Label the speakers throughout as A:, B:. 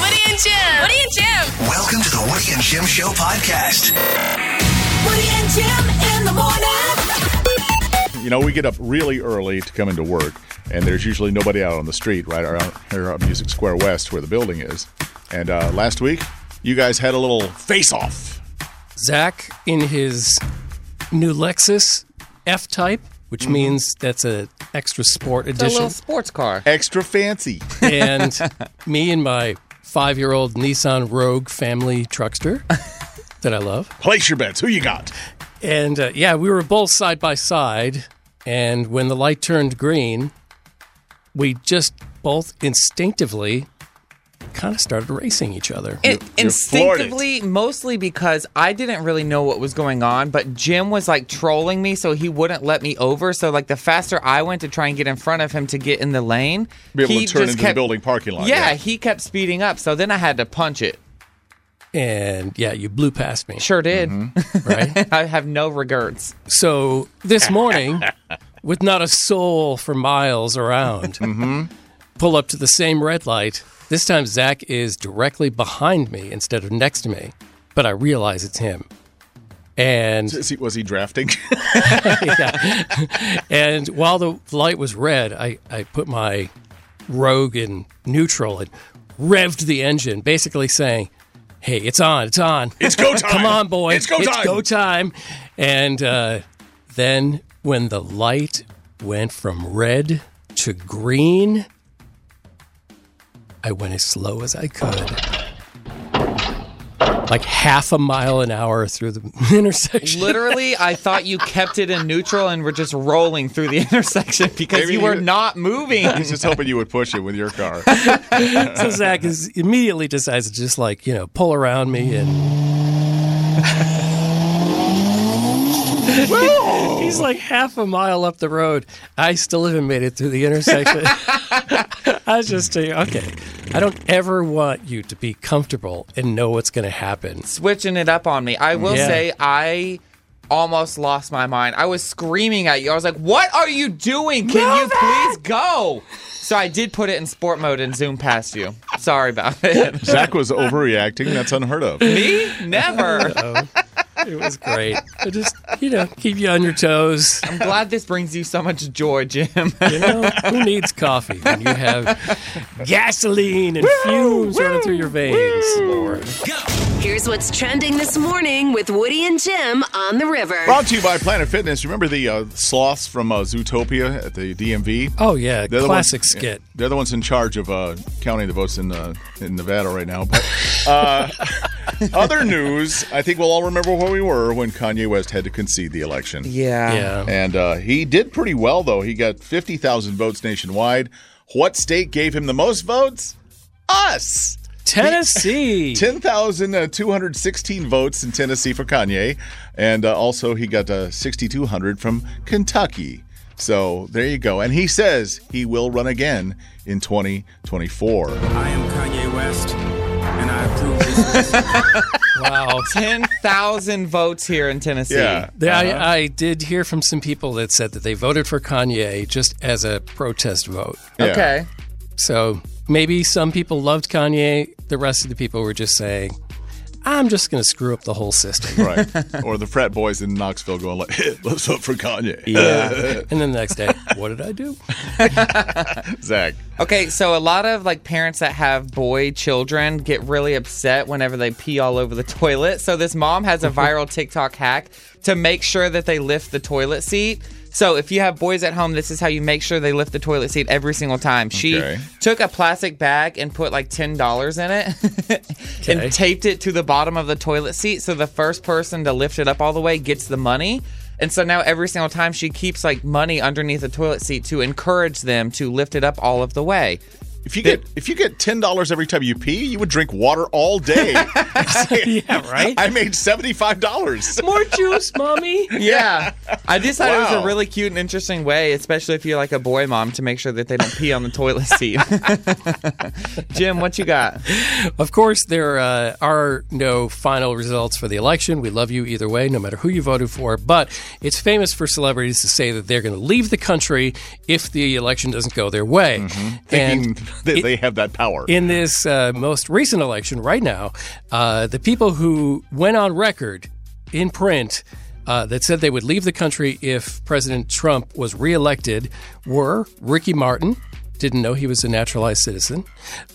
A: Woody and Jim. Woody and Jim.
B: Welcome to the Woody and Jim Show podcast.
C: Woody and Jim in the morning.
D: You know, we get up really early to come into work, and there's usually nobody out on the street right around here on Music Square West where the building is. And uh, last week, you guys had a little face off.
E: Zach in his new Lexus F Type, which means that's a extra sport
F: It's a
E: edition,
F: little sports car.
D: Extra fancy.
E: and me and my five-year-old Nissan Rogue family truckster that I love,
D: Place your bets. Who you got?
E: and uh, yeah, we were both side by side, and when the light turned green, we just both instinctively kind of started racing each other.
F: It,
D: you're floored it.
F: instinctively, mostly because I didn't really know what was going on, but Jim was like trolling me, so he wouldn't let me over. So like the faster I went to try and get in front of him to get in the lane,
D: Be able
F: he
D: to turn
F: just
D: into the
F: kept-
D: building parking lot.
F: Yeah, he kept speeding up, so then I had to punch it.
E: and yeah, you blew past me,
F: Sure did.
D: Mm-hmm.
E: right?
F: I have no regrets.
E: So this morning, with not a soul for miles around, pull up to the same red light. This time, Zach is directly behind me instead of next to me, but I realize it's him. And
D: Is he- was he drafting?
E: and while the light was red, I, I put my rogue in neutral and revved the engine, basically saying, Hey, it's on, it's on.
D: It's go time.
E: Come on, boy.
D: It's go time.
E: go time. And uh, then when the light went from red to green, I went as slow as I could. Like half a mile an hour through the intersection.
F: Literally, I thought you kept it in neutral and were just rolling through the intersection because
D: Maybe
F: you were
D: he-
F: not moving.
D: He's just hoping you would push it with your car.
E: so Zach is immediately decides to just like you know pull around me and he's like half a mile up the road. I still haven't made it through the intersection. I was just saying, okay, I don't ever want you to be comfortable and know what's going to happen.
F: switching it up on me. I will
E: Yeah.
F: say I almost lost my mind. I was screaming at you. I was like, "What are you doing? Can you please go?" So I did put it in sport mode and zoom past you. Sorry about it.
D: Zach was overreacting. That's unheard of.
F: me? Never.
E: It was great. I just you know keep you on your toes.
F: I'm glad this brings you so much joy, Jim.
E: You know who needs coffee when you have gasoline and fumes running through your veins? Lord.
A: Here's what's trending this morning with Woody and Jim on the river.
D: Brought to you by Planet Fitness. Remember the uh, sloths from uh, Zootopia at the DMV?
E: Oh yeah,
D: They're the ones-
E: classic skit.
D: They're the ones in charge of uh, counting the votes in uh, in Nevada right now. But uh, other news, I think we'll all remember where we were when Kanye West had to concede the election.
F: Yeah.
E: Yeah.
D: And uh, he did pretty well, though. He got 50,000 votes nationwide. What state gave him the most votes? Us!
E: Tennessee.
D: 10,216 votes in Tennessee for Kanye. And uh, also, he got uh, 6,200 from Kentucky. So there you go. And he says he will run again in 2024.
G: I am Kanye West, and I approve this.
E: wow.
F: Ten thousand votes here in Tennessee.
D: Yeah.
E: There- I, I did hear from some people that said that they voted for Kanye just as a protest vote.
D: Yeah.
F: Okay.
E: So maybe some people loved Kanye. The rest of the people were just saying, I'm just going to screw up the whole system.
D: Right. or the frat boys in Knoxville going like, hey, "Let's vote for Kanye."
E: Yeah. and then the next day, what did I do?
D: Zach.
F: Okay, so a lot of like parents that have boy children get really upset whenever they pee all over the toilet. So this mom has a viral TikTok hack to make sure that they lift the toilet seat. So if you have boys at home, this is how you make sure they lift the toilet seat every single time. She
D: Okay.
F: took a plastic bag and put like ten dollars in it and taped it to the bottom of the toilet seat. So the first person to lift it up all the way gets the money. And so now every single time she keeps like money underneath the toilet seat to encourage them to lift it up all of the way.
D: If you get if you get ten dollars every time you pee, you would drink water all day. yeah, right. I made seventy five dollars.
E: More juice, mommy.
F: Yeah. I just thought it was
D: Wow.
F: a really cute and interesting way, especially if you're like a boy mom, to make sure that they don't pee on the toilet seat. Jim, what you got?
E: Of course, there uh, are no final results for the election. We love you either way, no matter who you voted for. But it's famous for celebrities to say that they're going to leave the country if the election doesn't go their way.
D: Thinking that Mm-hmm. they have that power.
E: In this uh, most recent election, right now, uh, the people who went on record in print uh, that said they would leave the country if President Trump was reelected were Ricky Martin. Didn't know he was a naturalized citizen.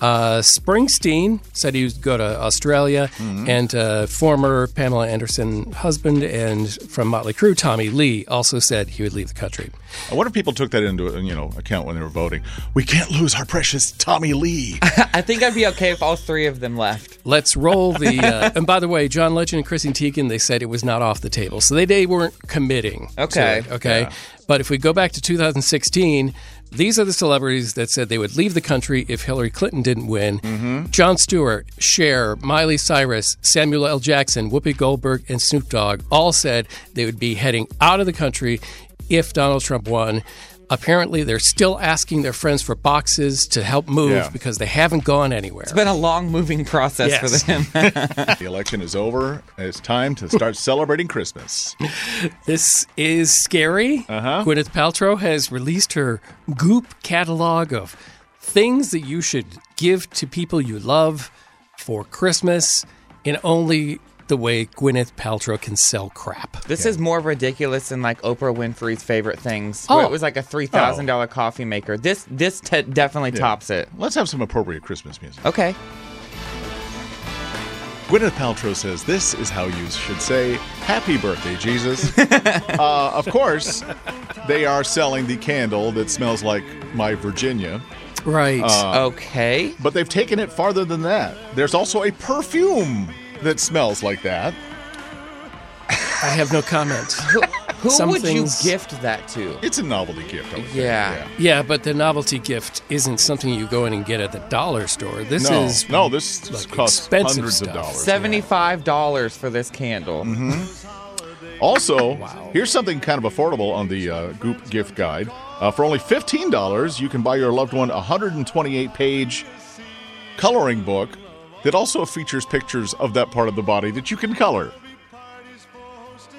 E: Uh, Springsteen said he would go to Australia, and uh, former Pamela Anderson husband and from Motley Crue, Tommy Lee, also said he would leave the country.
D: I wonder if people took that into you know account when they were voting. We can't lose our precious Tommy Lee.
F: I think I'd be okay if all three of them left.
E: Let's roll the. Uh, and by the way, John Legend and Chrissy Teigen, they said it was not off the table, so they, they weren't committing. to
F: Okay.
E: it, okay. But if we go back to 2016, these are the celebrities that said they would leave the country if Hillary Clinton didn't win. John Stewart, Cher, Miley Cyrus, Samuel L. Jackson, Whoopi Goldberg, and Snoop Dogg all said they would be heading out of the country if Donald Trump won. Apparently, they're still asking their friends for boxes to help move
D: Yeah.
E: because they haven't gone anywhere.
F: It's been a long moving process
E: Yes.
F: for them.
D: the election is over. It's time to start celebrating Christmas.
E: This is scary.
D: Uh-huh.
E: Gwyneth Paltrow has released her Goop catalog of things that you should give to people you love for Christmas in only the way Gwyneth Paltrow can sell crap.
F: This is more ridiculous than like Oprah Winfrey's favorite things.
E: Oh.
F: Where it was like a three thousand dollar coffee maker. This this te- definitely tops it.
D: Let's have some appropriate Christmas music.
F: Okay.
D: Gwyneth Paltrow says this is how you should say "Happy Birthday, Jesus." uh, of course, they are selling the candle that smells like my Virginia,
E: Right.
D: Uh.
F: okay.
D: but they've taken it farther than that. There's also a perfume that smells like that.
E: I have no comment.
F: Who
E: some
F: would
E: things-
F: you gift that to?
D: It's a novelty gift. I would think.
F: Yeah.
E: yeah, but the novelty gift isn't something you go in and get at the dollar store. This
D: No,
E: is
D: no, this
E: like,
D: costs
E: expensive
D: hundreds of
E: stuff.
D: dollars.
F: Seventy five dollars for this candle.
E: Mm-hmm.
D: Also, here's something kind of affordable on the uh, Goop gift guide. Uh, for only $15, you can buy your loved one a 128 page coloring book that also features pictures of that part of the body that you can color.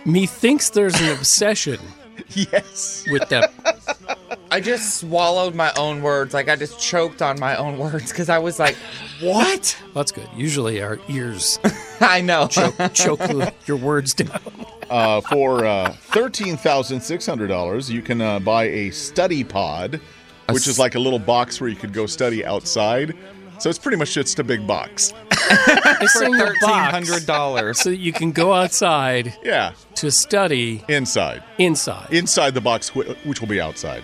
E: Methinks there's an obsession
D: Yes.
E: with that
F: I just swallowed my own words. Like I just choked on my own words because I was like, "What?"
E: That's good. Usually our ears
F: I know.
E: choke, choke your words down.
D: Uh, for uh, $13,600, you can uh, buy a study pod, which is like a little box where you could go study outside. So it's pretty much just a big box.
E: It's in your
F: Thirteen
E: box
F: hundred dollars.
E: so that you can go outside
D: Yeah,
E: to study
D: inside.
E: inside.
D: Inside the box, wh- which will be outside.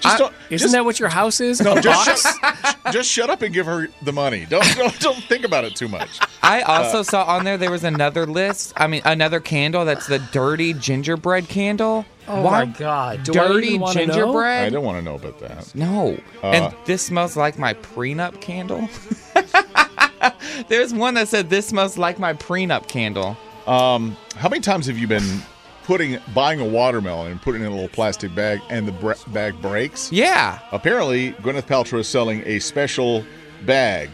D: Just don't,
E: Isn't
D: just-
E: that what your house is?
D: No,
E: A
D: just
E: box?
D: shut, just shut up and give her the money. Don't don't, don't think about it too much.
F: I
E: Uh.
F: also saw on there there was another list. I mean, another candle that's the dirty gingerbread candle. Oh
E: my God. Do I
F: dirty
E: even wanna know?
F: gingerbread?
D: I don't want to know about that.
F: No.
D: Uh.
F: and this smells like my prenup candle. There's one that said this smells like my prenup candle.
D: Um, how many times have you been putting buying a watermelon and putting it in a little plastic bag and the br- bag breaks?
F: Yeah.
D: Apparently, Gwyneth Paltrow is selling a special bag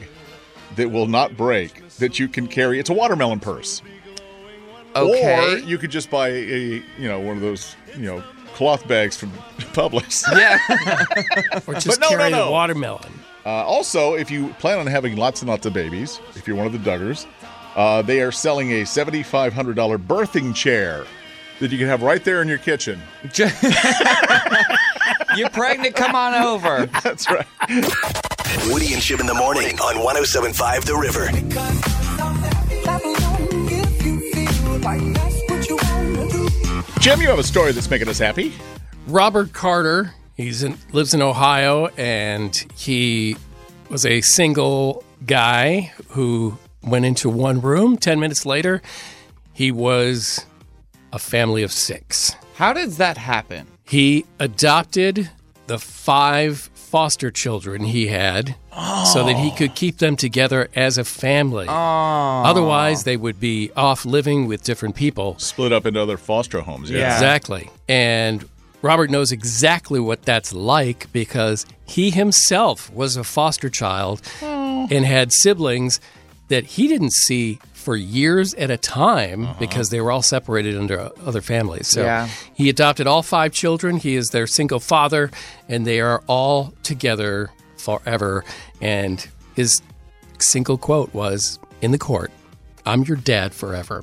D: that will not break that you can carry. It's a watermelon purse, or
F: Okay.
D: you could just buy a you know one of those you know cloth bags from Publix.
F: yeah.
E: or
D: But
E: just
D: no, no,
E: carry
D: no.
E: the watermelon.
D: Uh, also, if you plan on having lots and lots of babies, if you're one of the Duggars, Uh, they are selling a $7,500 birthing chair that you can have right there in your kitchen.
F: You're pregnant, come on over.
D: That's right.
B: Woody and Jim in the morning on 1075 The River.
D: Jim, you have a story that's making us happy.
E: Robert Carter. He's in, lives in Ohio, and he was a single guy who went into one room. Ten minutes later, he was a family of six.
F: How does that happen?
E: He adopted the five foster children he had, so that he could keep them together as a family. Otherwise, they would be off living with different people.
D: Split up into other foster homes. Yeah.
E: Exactly. And Robert knows exactly what that's like because he himself was a foster child and had siblings that he didn't see for years at a time because they were all separated under other families. So
F: Yeah.
E: he adopted all five children. He is their single father, and they are all together forever. And his single quote was in the court I'm your dad forever.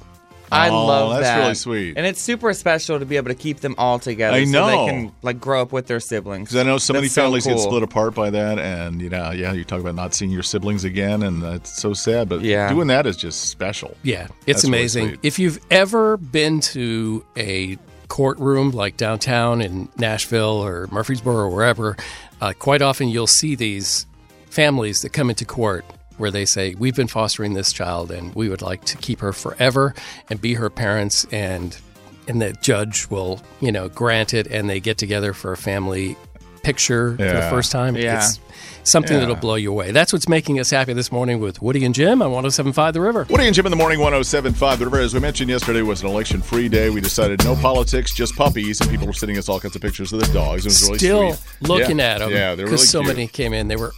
F: I
D: Oh,
F: love
D: that's
F: that.
D: really sweet.
F: And it's super special to be able to keep them all together.
D: I
F: So
D: know.
F: they can like grow up with their siblings.
D: Because I know so many
F: That's
D: families get
F: cool.
D: split apart by that, and you know, yeah, you talk about not seeing your siblings again, and that's so sad. But
F: Yeah.
D: doing that is just special.
E: Yeah, it's
D: That's really
E: amazing.
D: sweet.
E: if you've ever been to a courtroom like downtown in Nashville or Murfreesboro or wherever, uh, quite often you'll see these families that come into court where they say, We've been fostering this child and we would like to keep her forever and be her parents and and the judge will, you know, grant it and they get together for a family picture for the
D: Yeah.
E: first time.
F: Yeah.
E: It's something
D: Yeah.
E: that'll blow you away. That's what's making us happy this morning with Woody and Jim on 1075 The River.
D: Woody and Jim in the morning, 1075. The River, as we mentioned yesterday, was an election free day. We decided no politics, just puppies, and people were sending us all kinds of pictures of their dogs. It was really
E: still
D: sweet.
E: looking
D: Yeah.
E: at them.
D: Yeah, they're really
E: so
D: cute.
E: many came in. They were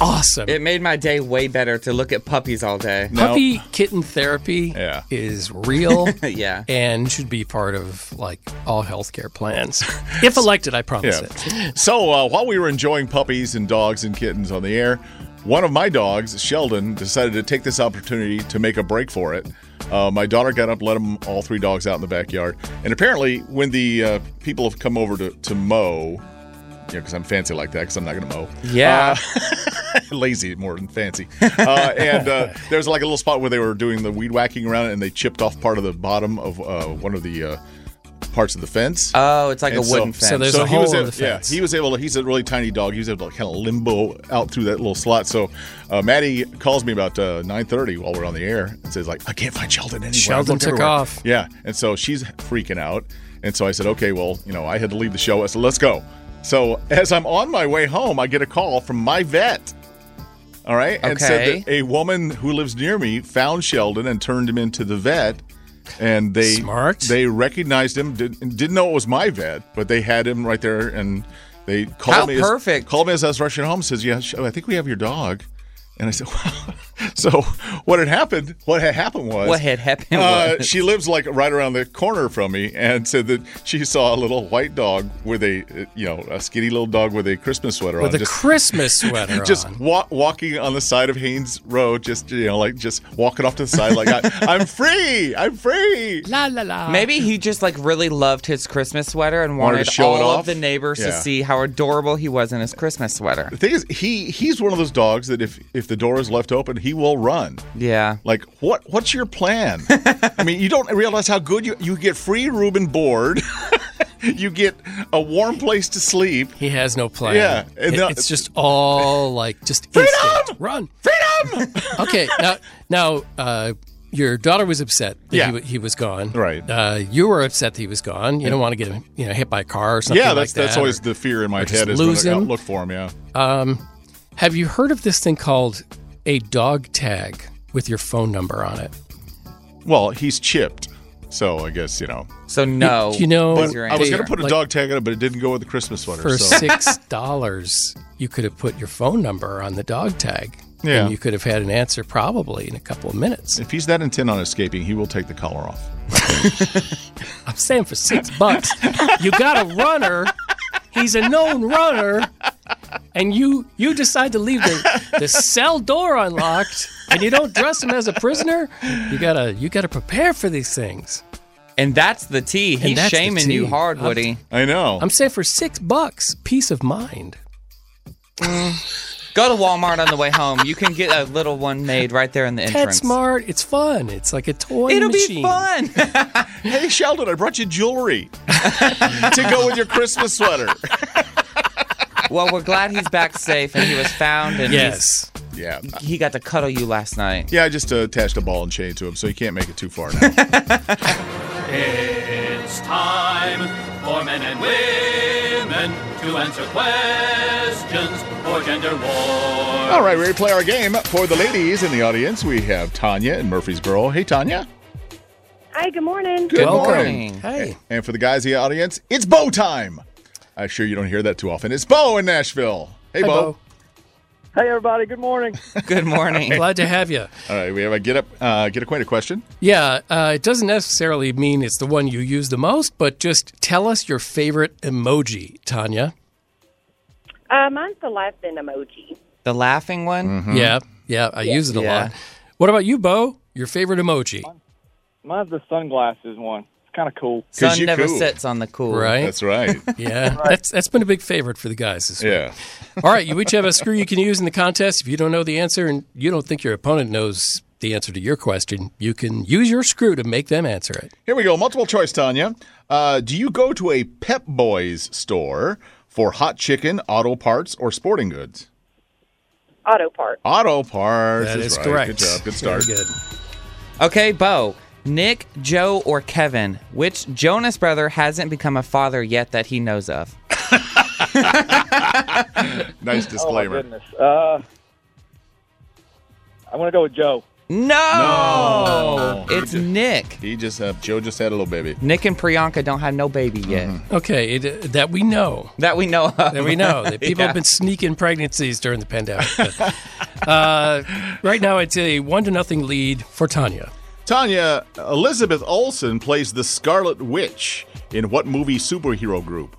E: awesome.
F: It made my day way better to look at puppies all day.
D: Now-
E: Puppy kitten therapy
D: Yeah.
E: is real
F: Yeah.
E: and should be part of like all healthcare plans. If elected, I promise
D: Yeah.
E: it.
D: So uh, while we were enjoying puppies and dogs and kittens on the air, one of my dogs, Sheldon, decided to take this opportunity to make a break for it. Uh, my daughter got up, let them all three dogs out in the backyard, and apparently, when the uh, people have come over to to mow, you know, because I'm fancy like that, because I'm not going to mow.
F: Yeah.
D: Uh, lazy more than fancy. Uh, and uh, there's like a little spot where they were doing the weed whacking around it, and they chipped off part of the bottom of uh, one of the uh, parts of the fence.
F: oh, it's like a
D: And
F: wooden
E: so
F: fence.
E: there's a
D: he was
E: hole in
D: able-
E: the fence.
D: Yeah, he was able to, he's a really tiny dog. He was able to kind of limbo out through that little slot. So uh, Maddie calls me about uh, 9.30 while we're on the air and says like, I can't find Sheldon anywhere. I've
E: Sheldon
D: looked
E: took
D: everywhere."
E: off.
D: Yeah. And so she's freaking out. And so I said, okay, well, you know, I had to leave the show. I said, let's go. So as I'm on my way home, I get a call from my vet. All right. And
F: Okay.
D: said that a woman who lives near me found Sheldon and turned him into the vet. And they
E: Smart.
D: They recognized him. Did, didn't know it was my vet, but they had him right there, and they called
F: How
D: me.
F: perfect.
D: As, called me as I was rushing home. Says, "Yeah, sh- I think we have your dog." And I said, "Wow." So what had happened? What had happened was
F: What had happened
D: uh,
F: was-
D: she lives like right around the corner from me, and said that she saw a little white dog with a uh, you know a skinny little dog with a Christmas sweater on.
E: With a
D: just-
E: Christmas sweater
D: just
E: on.
D: wa- walking on the side of Haynes Road, just you know, like just walking off to the side, like I, I'm free, I'm free.
E: La la la.
F: Maybe he just like really loved his Christmas sweater and wanted,
D: Wanted to show
F: all
D: it
F: of
D: off?
F: the neighbors to
D: Yeah.
F: see how adorable he was in his Christmas sweater.
D: The thing is, he he's one of those dogs that if if the door is left open, he will run.
F: Yeah.
D: Like what? What's your plan? I mean, you don't realize how good you you get free room and board. you get a warm place to sleep.
E: He has no plan.
D: Yeah, and
E: It-
D: the-
E: it's just all like just instinct. Run, freedom. okay, now now uh, your daughter was upset that
D: Yeah.
E: he, wa- he was gone.
D: Right.
E: Uh, you were upset that he was gone. You don't want to get him, you know, hit by a car or something.
D: yeah,
E: like
D: that's that's
E: that,
D: always
E: or-
D: the fear in my
E: or just
D: head is
E: lose
D: whether-
E: him.
D: look for him. Yeah,
E: Um, have you heard of this thing called a dog tag with your phone number on it?
D: well, he's chipped, so I guess you know.
F: So no.
E: you know,
F: was
D: But
F: your
D: I was
E: they-
D: going to put a
E: like,
D: dog tag on it, but it didn't go with the Christmas sweater.
E: for
D: so.
E: six dollars. You could have put your phone number on the dog tag.
D: Yeah.
E: And you could have had an answer probably in a couple of minutes.
D: If he's that intent on escaping, he will take the collar off.
E: I'm saying for six bucks, you got a runner. He's a known runner. and you you decide to leave the, the cell door unlocked and you don't dress him as a prisoner, you gotta you gotta prepare for these things.
F: And that's the tea. He's
E: that's the
F: shaming you
E: tea.
F: hard,
E: I'm-
F: Woody.
D: I know.
E: I'm saying for six bucks, peace of mind.
F: Go to Walmart on the way home. You can get a little one made right there in the entrance.
E: PetSmart, it's fun. It's like a toy
F: It'll be
E: machine.
F: fun.
D: hey, Sheldon, I brought you jewelry to go with your Christmas sweater.
F: well, we're glad he's back safe and he was found and
E: Yes.
D: Yeah.
F: he's, he got to cuddle you last night.
D: Yeah, I just uh, attached a ball and chain to him, so you can't make it too far now.
H: It's time for men and women to answer questions for gender war.
D: All right, ready to play our game. For the ladies in the audience, we have Tanya in Murfreesboro. Hey, Tanya.
I: Hi, good morning.
D: Hey. And for the guys in the audience, it's bow time. I'm sure you don't hear that too often. It's Bo in Nashville. Hey,
I: Hi,
D: Bo.
I: Bo. Hey, everybody. Good morning.
F: Good morning.
E: Glad to have you.
D: All right, we have a get up, uh, get acquainted question.
E: Yeah, uh, it doesn't necessarily mean it's the one you use the most, but just tell us your favorite emoji, Tanya.
I: uh, mine's the laughing emoji.
F: The laughing one?
D: Mm-hmm.
E: Yeah, yeah, I use it a
F: Mm-hmm. Yeah.
E: lot. What about you, Bo? Your favorite emoji,
J: Mine's the sunglasses one. It's kind of cool.
F: Sun never sets on the cool.
E: right?
D: right.
E: Yeah, that's that's been a big favorite for the guys this week.
D: Yeah.
E: All right, you each have a screw you can use in the contest. If you don't know the answer and you don't think your opponent knows the answer to your question, you can use your screw to make them answer it.
D: Here we go. Multiple choice, Tanya. Uh, do you go to a Pep Boys store for hot chicken, auto parts, or sporting goods?
I: Auto part.
D: Auto parts.
F: That
D: is
F: is
D: right.
F: correct.
D: Good job. Good
F: Very
D: start.
F: good. Okay, Bo. Nick, Joe, or Kevin, which Jonas brother hasn't become a father yet that he knows of?
D: Nice disclaimer.
J: Oh my goodness. Uh, I'm gonna go with Joe.
F: No, it's Nick.
D: He just uh, Joe just had a little baby.
F: Nick and Priyanka don't have no baby yet.
E: Okay, it, uh, that we know.
F: That we know of.
E: That we know. That people
F: Yeah.
E: have been sneaking pregnancies during the pandemic. But, uh, right now, it's a one to nothing lead for Tanya.
D: Tanya, Elizabeth Olsen plays the Scarlet Witch in what movie superhero group?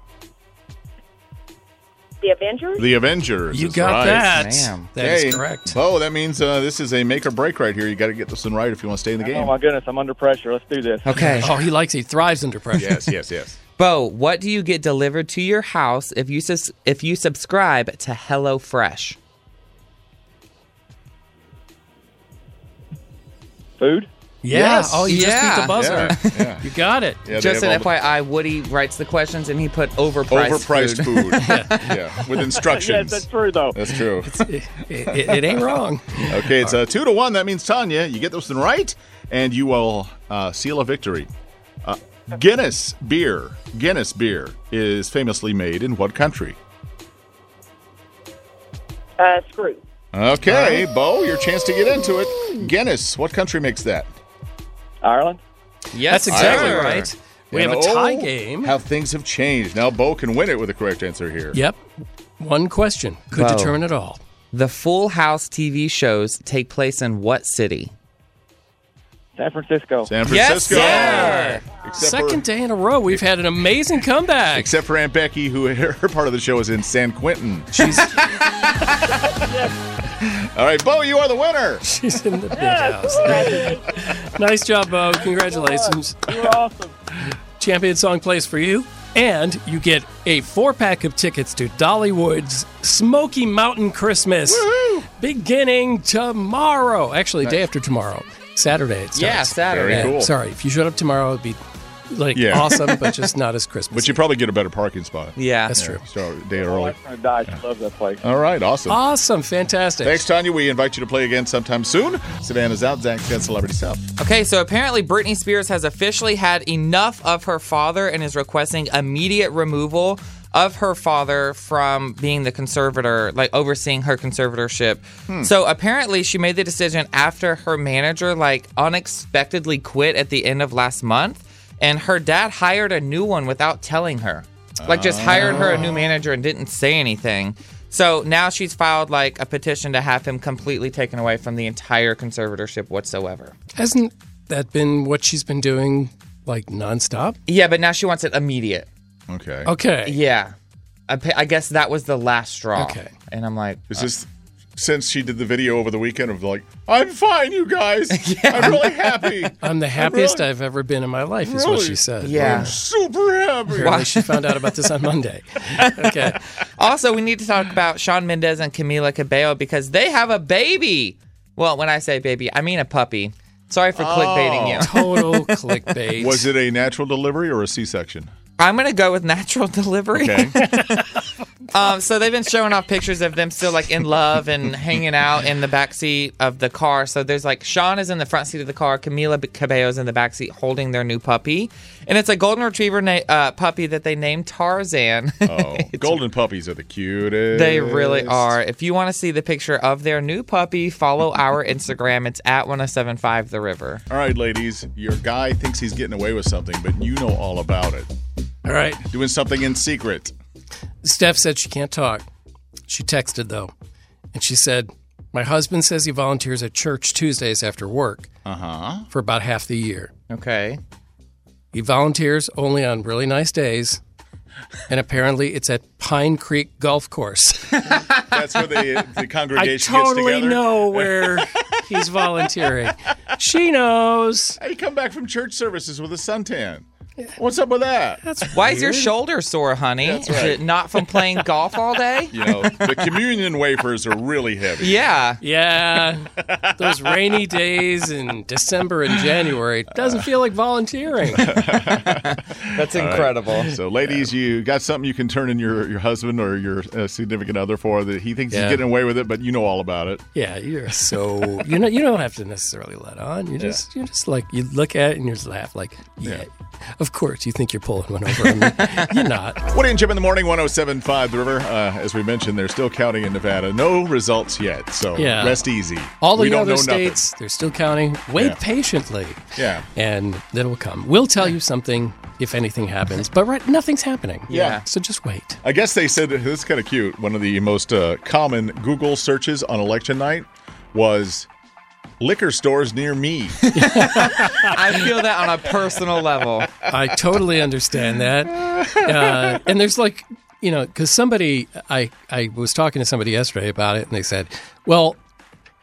I: The Avengers?
D: The Avengers.
E: You
D: is
E: got
D: right.
E: that. Damn. That is
D: correct. Oh, that means uh, this is a make or break right here. You got to get this one right if you want to stay in the game.
J: Oh my goodness, I'm under pressure. Let's do this.
F: Okay.
E: Oh, he likes. He thrives under pressure.
D: yes, yes, yes.
F: Bo, what do you get delivered to your house if you sus- if you subscribe to HelloFresh?
J: Food.
E: Yeah. Oh, you just beat the buzzer. You got it.
F: just an FYI, Woody writes the questions and he put overpriced.
D: Overpriced food. yeah. with instructions.
F: Yes, that's
J: true, though.
D: That's true.
E: it, it ain't wrong.
D: Okay, it's uh, two to one. That means Tanya, you get this one right, and you will uh, seal a victory. Uh, Guinness beer, Guinness beer is famously made in what country?
I: Uh, screw.
D: Okay, Bo, your chance to get into it. Guinness, what country makes that?
J: Ireland.
F: Yes,
E: That's exactly
D: Ireland.
E: right. We
D: And
E: have a tie
D: oh,
E: game.
D: How things have changed. Now Bo can win it with the correct answer here.
E: Yep. One question could
F: Bo.
E: determine it all.
F: The Full House TV shows take place in what city?
J: San Francisco.
D: San
F: Yes,
D: Francisco.
F: sir.
D: Except
E: Second
D: for,
E: day in a row, we've had an amazing comeback.
D: Except for Aunt Becky, who her part of the show is in San Quentin.
E: She's
D: All right, Bo, you are the winner.
E: she's in the big house. nice job, Bo. Congratulations.
J: You're awesome.
E: Champion song plays for you, and you get a four pack of tickets to Dollywood's Smoky Mountain Christmas beginning tomorrow. Actually, day after tomorrow, Saturday. It starts.
F: Yeah, Saturday. Very cool.
E: Sorry, if you showed up tomorrow, it'd be like
D: Yeah.
E: awesome, but just not as Christmas.
D: But you probably get a better parking spot.
F: Yeah.
E: That's true.
D: So day early.
J: Oh, I'm gonna die. I love that place.
D: All right, awesome.
E: Awesome, fantastic.
D: Thanks, Tanya. We invite you to play again sometime soon. Savannah's out. Zach's got celebrity stuff.
F: Okay, so apparently Britney Spears has officially had enough of her father and is requesting immediate removal of her father from being the conservator, like overseeing her conservatorship. So apparently she made the decision after her manager like unexpectedly quit at the end of last month and her dad hired a new one without telling her. Like just hired her a new manager and didn't say anything. So now she's filed like a petition to have him completely taken away from the entire conservatorship whatsoever.
E: Hasn't that been what she's been doing like nonstop?
F: Yeah, but now she wants it immediate.
D: Okay.
E: Okay.
F: Yeah. I, pa- I guess that was the last straw.
D: Okay.
F: And I'm like,
D: Is this since she did the video over the weekend of like, I'm fine, you guys. I'm really happy.
E: I'm the happiest I've ever been in my life, is what
D: Really?
E: she said.
F: Yeah.
E: Wow.
D: Super happy.
E: Apparently, she found out about this on Monday. Okay.
F: Also, we need to talk about Sean Mendez and Camila Cabello because they have a baby. Well, when I say baby, I mean a puppy. Sorry for clickbaiting you.
E: Total clickbait.
D: Was it a natural delivery or a C-section?
F: I'm gonna go with natural delivery. um, so they've been showing off pictures of them still like in love and hanging out in the back seat of the car. So there's like Sean is in the front seat of the car, Camila B- Cabello's in the back seat holding their new puppy, and it's a golden retriever na- uh, puppy that they named Tarzan.
D: Oh, golden puppies are the cutest.
F: They really are. If you want to see the picture of their new puppy, follow our Instagram. It's at 1075 The River.
D: All right, ladies, your guy thinks he's getting away with something, but you know all about it.
E: All right.
D: Doing something in secret.
E: Steph said she can't talk. She texted though, and she said, "My husband says he volunteers at church Tuesdays after work
D: uh-huh.
E: for about half the year.
F: Okay,
E: he volunteers only on really nice days, and apparently it's at Pine Creek Golf Course.
D: That's where the, the
E: I
D: congregation
E: totally
D: gets together.
E: know where he's volunteering. She knows.
D: Hey, come back from church services with a suntan. What's up with that?
F: Why is your shoulder sore, honey?
D: That's
F: Is
D: right.
F: it not from playing golf all day?
D: You know, the communion wafers are really heavy.
F: Yeah.
E: Yeah, those rainy days in December and January it doesn't feel like volunteering.
F: That's
D: All right. So, ladies, you got something you can turn in your, your husband or your uh, significant other for that he thinks
E: Yeah.
D: he's getting away with it, but you know all about it.
E: Yeah, you're so you know you don't have to necessarily let on. You
D: Yeah.
E: just you just like you look at it and you just laugh like yeah. Of course, you think you're pulling one over on me. you're not.
D: Woody and Chip in the morning, 1075 The River. Uh, as we mentioned, they're still counting in Nevada. No results yet, so
E: Yeah.
D: rest easy.
E: All the
D: we don't
E: other
D: know
E: states, they're still counting. Wait
D: Yeah.
E: patiently.
D: Yeah.
E: And that will come. We'll tell you something if anything happens, but right, nothing's happening.
D: Yeah.
E: So just wait.
D: nothing. I guess they said this is kind of cute. One of the most uh, common Google searches on election night was liquor stores near me.
F: I feel that on a personal level.
E: I totally understand that. Uh, and there's like, you know, because somebody, I, I was talking to somebody yesterday about it, and they said, well,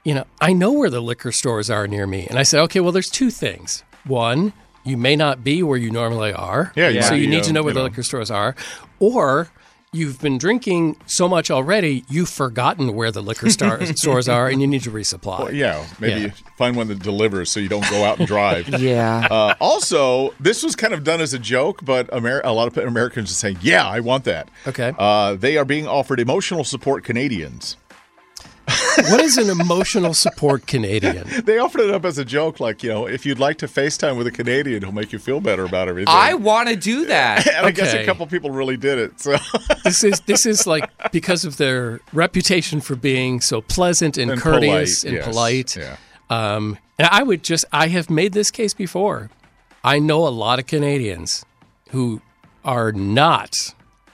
E: you know, I know where the liquor stores are near me. And I said, okay, well, there's two things. One, you may not be where you normally are.
D: Yeah, you
E: So
D: might
E: you
D: be,
E: need to
D: uh,
E: know where
D: you
E: the
D: know.
E: liquor stores are. Or you've been drinking so much already, you've forgotten where the liquor star- stores are and you need to resupply.
D: Well, yeah, maybe
E: Yeah.
D: find one that delivers so you don't go out and drive.
F: Yeah.
D: Uh, also, this was kind of done as a joke, but Amer- a lot of Americans are saying, "Yeah, I want that."
E: Okay.
D: Uh, they are being offered emotional support Canadians.
E: what is an emotional support Canadian?
D: They offered it up as a joke, like you know, if you'd like to FaceTime with a Canadian, he'll make you feel better about everything.
F: I want to do that.
D: and I guess a
E: Okay.
D: couple people really did it. So
E: this is this is like because of their reputation for being so pleasant and,
D: And polite,
E: courteous and
D: yes,
E: polite.
D: yeah.
E: Um, and I would just I have made this case before. I know a lot of Canadians who are not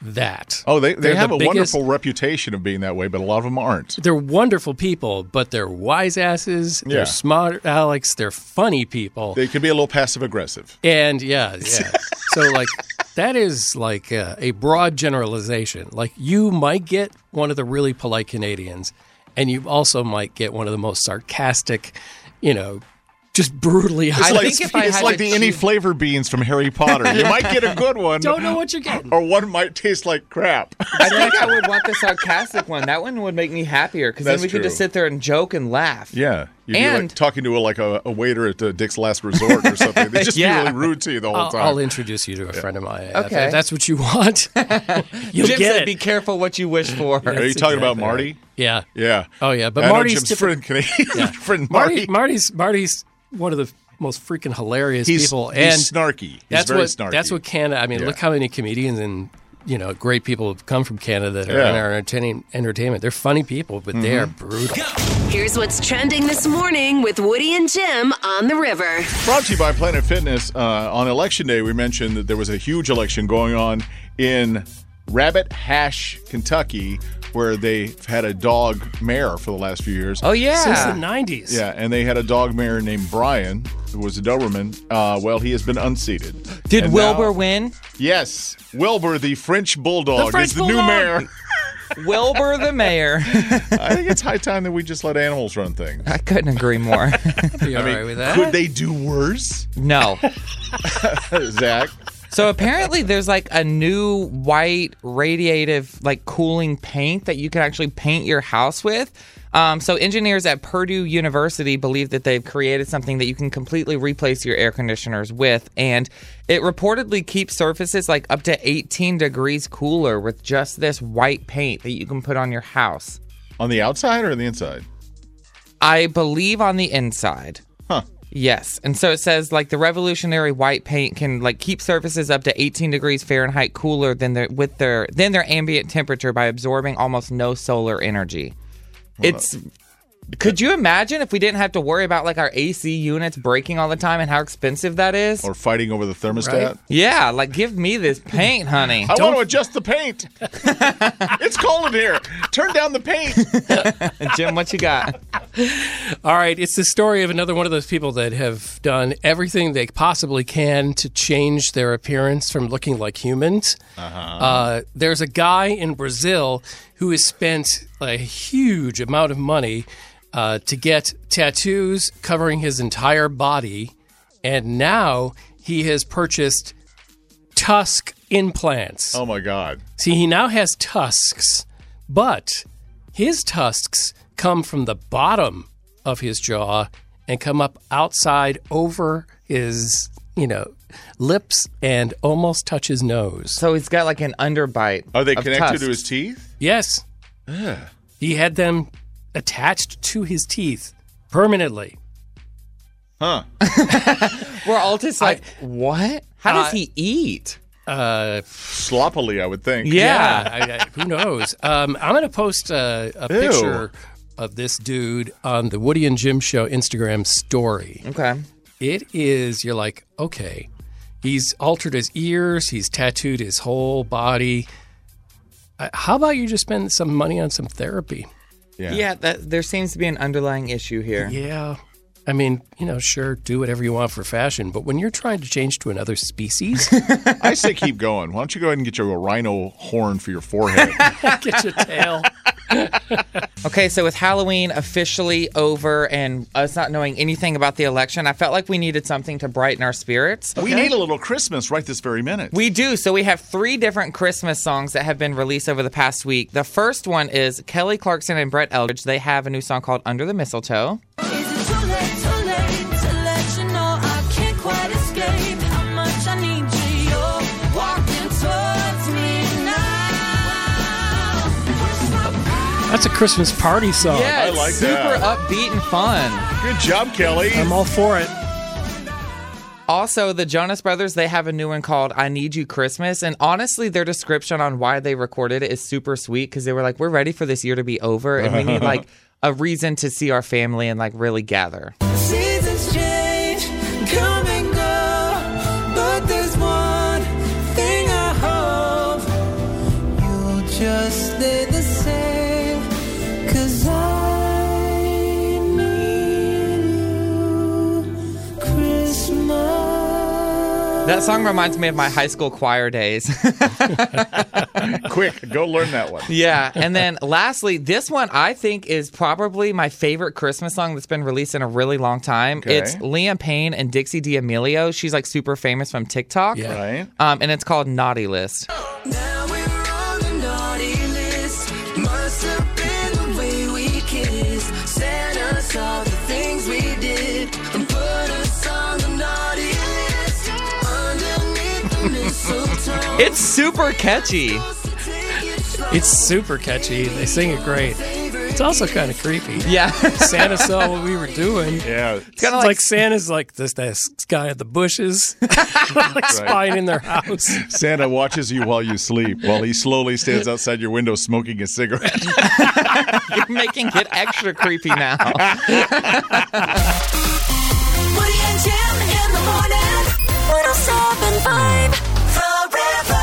E: that.
D: oh, they, they
E: They're
D: have
E: the
D: a
E: biggest-
D: wonderful reputation of being that way, but a lot of them aren't.
E: They're wonderful people, but they're wise asses.
D: Yeah.
E: They're smart Alex. They're funny people.
D: They can be a little passive aggressive.
E: And yeah, yeah. so like that is like uh, a broad generalization. Like you might get one of the really polite Canadians, and you also might get one of the most sarcastic, you know, just brutally.
D: It's
E: honest
D: like,
F: think if I
D: it's
F: had
D: like
F: to
D: the any
F: choose-
D: flavor beans from Harry Potter. You might get a good one.
E: Don't know what you're getting.
D: or one might taste like crap.
F: I think I would want the sarcastic one. That one would make me happier because then
D: That's
F: we could just
D: true.
F: sit there and joke and laugh.
D: Yeah, you'd be like
F: And-
D: talking to a, like a, a waiter at uh, Dick's Last Resort or something. They just
F: Yeah.
D: be really rude to you the whole
E: I'll,
D: time.
E: I'll introduce you to a friend of mine. If-
F: Okay.
E: If that's what you want, you'll
F: Jim
E: get
F: said,
E: it.
F: "Be careful what you wish for."
D: Are you
E: That's
D: talking about
E: exactly
D: Marty?
E: right. Yeah.
D: Yeah.
E: Oh yeah, but
D: I know
E: Marty's
D: Jim's
E: different.
D: friend, Canadian friend
E: Marty,
D: Marty.
E: Marty's Marty's one of the most freaking hilarious
D: He's-
E: people,
D: he's
E: and
D: snarky. He's
E: that's
D: very
E: what
D: snarky.
E: that's what Canada. I mean,
D: Yeah.
E: look how many comedians and you know great people have come from Canada that are
D: Yeah. Mm-hmm.
E: in our entertaining, entertainment. They're funny people, but they are brutal.
A: Here's what's trending this morning with Woody and Jim on the river.
D: Brought to you by Planet Fitness. Uh, on election day, we mentioned that there was a huge election going on in Rabbit Hash, Kentucky, where they've had a dog mayor for the last few years.
F: Oh, yeah.
E: Since the 90s.
D: Yeah, and they had a dog mayor named Brian, who was a Doberman. Uh, well, he has been unseated.
F: Did
D: And
F: Wilbur
D: now-
F: win?
D: Yes, Wilbur, the French Bulldog,
F: The French
D: is the
F: Bulldog!
D: new mayor.
F: Wilbur the mayor.
D: I think it's high time that we just let animals run things.
F: I couldn't agree more.
D: I mean, Could they do worse?
F: No.
D: Zach.
F: So apparently there's like a new white radiative like cooling paint that you can actually paint your house with. Um, so engineers at Purdue University believe that they've created something that you can completely replace your air conditioners with, and it reportedly keeps surfaces like up to 18 degrees cooler with just this white paint that you can put on your house.
D: On the outside or the inside?
F: I believe on the inside.
D: Huh.
F: Yes. And so it says like the revolutionary white paint can like keep surfaces up to 18 degrees Fahrenheit cooler than their with their than their ambient temperature by absorbing almost no solar energy. it's could you imagine if we didn't have to worry about like our AC units breaking all the time and how expensive that is?
D: Or fighting over the thermostat?
F: Yeah, like give me this paint, honey.
D: I want to adjust the paint. it's cold in here. Turn down the paint.
F: Jim, what you got?
E: All right, it's the story of another one of those people that have done everything they possibly can to change their appearance from looking like humans. Uh-huh. there's a guy in Brazil who has spent a huge amount of money uh, to get tattoos covering his entire body, and now he has purchased tusk implants.
D: Oh my God.
E: See, he now has tusks, but his tusks come from the bottom of his jaw and come up outside over his, you know, lips and almost touch his nose.
F: So he's got like an underbite.
D: Are they
E: of
D: connected
E: tusks.
D: to his teeth?
E: Yes. He had them attached to his teeth permanently.
D: Huh.
F: We're all just like, what? How does he eat?
E: Uh,
D: Sloppily, I would think.
E: Yeah, I, I, who knows? Um, I'm going to post a, a
D: Ew.
E: picture of this dude on the Woody and Jim Show Instagram story.
F: Okay.
E: It is, you're like, okay, he's altered his ears, he's tattooed his whole body. Uh, how about you just spend some money on some therapy?
F: Yeah, that, there seems to be an underlying issue here.
E: Yeah. I mean, you know, sure, do whatever you want for fashion, but when you're trying to change to another species,
D: I say keep going. Why don't you go ahead and get your rhino horn for your forehead?
E: get your tail.
F: Okay, so with Halloween officially over and us not knowing anything about the election, I felt like we needed something to brighten our spirits.
D: We need a little Christmas right this very minute.
F: We do. So we have three different Christmas songs that have been released over the past week. The first one is Kelly Clarkson and Brett Eldridge. They have a new song called Under the Mistletoe.
E: That's a Christmas party song.
F: yeah, it's super upbeat and fun.
D: Good job, Kelly.
E: I'm all for it.
F: Also, the Jonas Brothers, they have a new one called I Need You Christmas. And honestly, their description on why they recorded it is super sweet because they were like, we're ready for this year to be over and we need like a reason to see our family and like really gather.
K: Seasons change, come and go, but there's one thing I hope you'll just stay the same. Cause I need you, Christmas.
F: That song reminds me of my high school choir days.
D: Quick, go learn that one.
F: yeah. And then lastly, this one I think is probably my favorite Christmas song that's been released in a really long time.
D: Okay.
F: It's Liam Payne and Dixie D'Amelio. She's like super famous from TikTok.
E: Yeah.
D: Right.
F: Um, and it's called Naughty List.
K: Now we're on the naughty list. Must have been the way we kissed. Santa saw the things we did and put us on the naughty list. Underneath the mistletoe.
F: It's super catchy.
E: It's super catchy. They sing it great. It's also kind of creepy.
F: Yeah.
E: Santa saw what we were doing.
D: Yeah.
E: It's kind of like, Santa's like this, this guy at the bushes, like spying in their house.
D: Santa watches you while you sleep, while he slowly stands outside your window smoking a cigarette.
F: You're making it extra creepy now.
K: Woody and Jim in the morning. 107.5 Forever.